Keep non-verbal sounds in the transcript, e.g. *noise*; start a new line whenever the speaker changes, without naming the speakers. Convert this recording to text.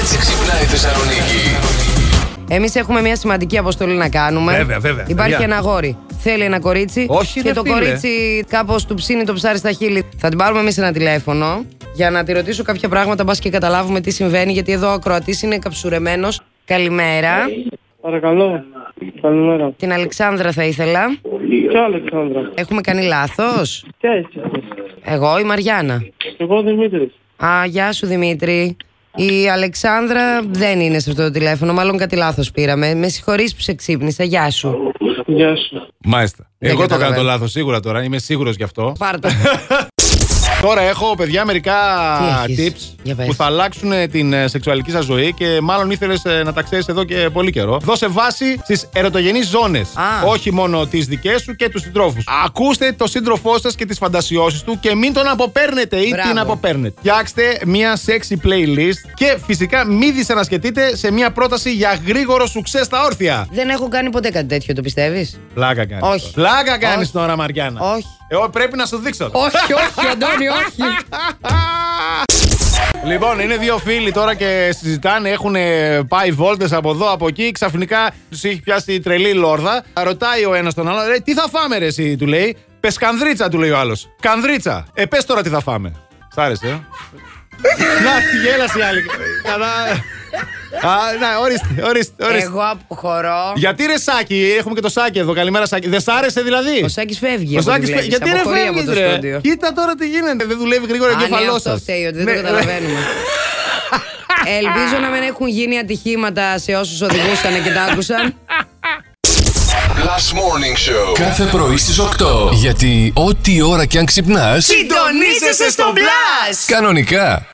έτσι ξυπνάει η Θεσσαλονίκη.
Εμείς έχουμε μια σημαντική αποστολή να κάνουμε.
Βέβαια, βέβαια.
Υπάρχει
Παιδιά.
ένα αγόρι. Θέλει ένα κορίτσι.
Όχι,
και
ρε
το
φίλε.
κορίτσι κάπως του ψήνει το ψάρι στα χείλη. Θα την πάρουμε εμείς ένα τηλέφωνο για να τη ρωτήσω κάποια πράγματα, μπας και καταλάβουμε τι συμβαίνει. Γιατί εδώ ο ακροατής είναι καψουρεμένος. Καλημέρα.
Παρακαλώ. Καλημέρα.
Την Αλεξάνδρα θα ήθελα.
Ποια Αλεξάνδρα.
Έχουμε κάνει λάθος.
Ποια είσαι.
Εγώ, η Μαριάννα.
Εγώ Δημήτρης.
Α, γεια σου Δημήτρη. Η Αλεξάνδρα δεν είναι σε αυτό το τηλέφωνο. Μάλλον κάτι λάθος πήραμε. Με συγχωρείς που σε ξύπνησα. Γεια σου.
Γεια σου.
Μάλιστα. Εγώ το κάνω
καταλαβαίνω.
το λάθος σίγουρα τώρα. Είμαι σίγουρος γι' αυτό.
Πάρτα.
Τώρα έχω, παιδιά, μερικά
Τι έχεις? Για
tips
πες.
που θα αλλάξουν ε, την ε, σεξουαλική σας ζωή και μάλλον ήθελες να τα ξέρεις εδώ και πολύ καιρό. Δώσε βάση στις ερωτογενείς ζώνες.
Α.
Όχι μόνο τις δικές σου και τους συντρόφους. Ακούστε το σύντροφό σας και τις φαντασιώσεις του και μην τον αποπέρνετε ή
Μπράβο.
την αποπέρνετε. Φτιάξτε μια sexy playlist και φυσικά μη δυσανασχετείτε σε μια πρόταση για γρήγορο σουξέ στα όρθια.
δεν έχω κάνει ποτέ κάτι τέτοιο, το πιστεύεις.
Πλάκα κάνεις.
Όχι.
Πλάκα κάνεις
Όχι.
τώρα, Μαριάννα.
Όχι.
Εγώ Ε, πρέπει να σου δείξω.
όχι, όχι, Αντώνη, όχι.
Λοιπόν, είναι δύο φίλοι τώρα και συζητάνε. Έχουν ε, πάει βόλτες από εδώ, από εκεί. Ξαφνικά τους έχει πιάσει η τρελή λόρδα. Ρωτάει ο ένας τον άλλο, ρε, τι θα φάμε, ρε, εσύ, του λέει. Πες κανδρίτσα, του λέει ο άλλος. Κανδρίτσα. Ε, πες τώρα τι θα φάμε. Σ' άρεσε, ε. Να, τη γέλασε η άλλη. Κατά- Α, να, ορίστε, ορίστε, ορίστε.
Εγώ αποχωρώ.
Γιατί ρε Σάκη, έχουμε και το Σάκη εδώ. Καλημέρα Σάκη. Δεν σ' άρεσε δηλαδή.
Ο Σάκης φεύγει.
Ο
από ό,τι
Σάκης
βλέπεις.
φε- γιατί ρε
Αποχωρεί
φεύγεις
από το
ρε.
στούντιο.
Κοίτα τώρα τι γίνεται. Δεν δουλεύει γρήγορα ο
Α, ναι,
κεφαλό
αυτό
σας.
φταίει, ότι δεν
ναι.
το καταλαβαίνουμε.
*laughs*
Ελπίζω να μην έχουν γίνει ατυχήματα σε όσους οδηγούσαν και τα άκουσαν.
Last Morning Show.
Κάθε πρωί στις 8. Γιατί ό,τι ώρα κι αν ξυπνάς,
Συντονίζεσαι στο μπλα!
κανονικά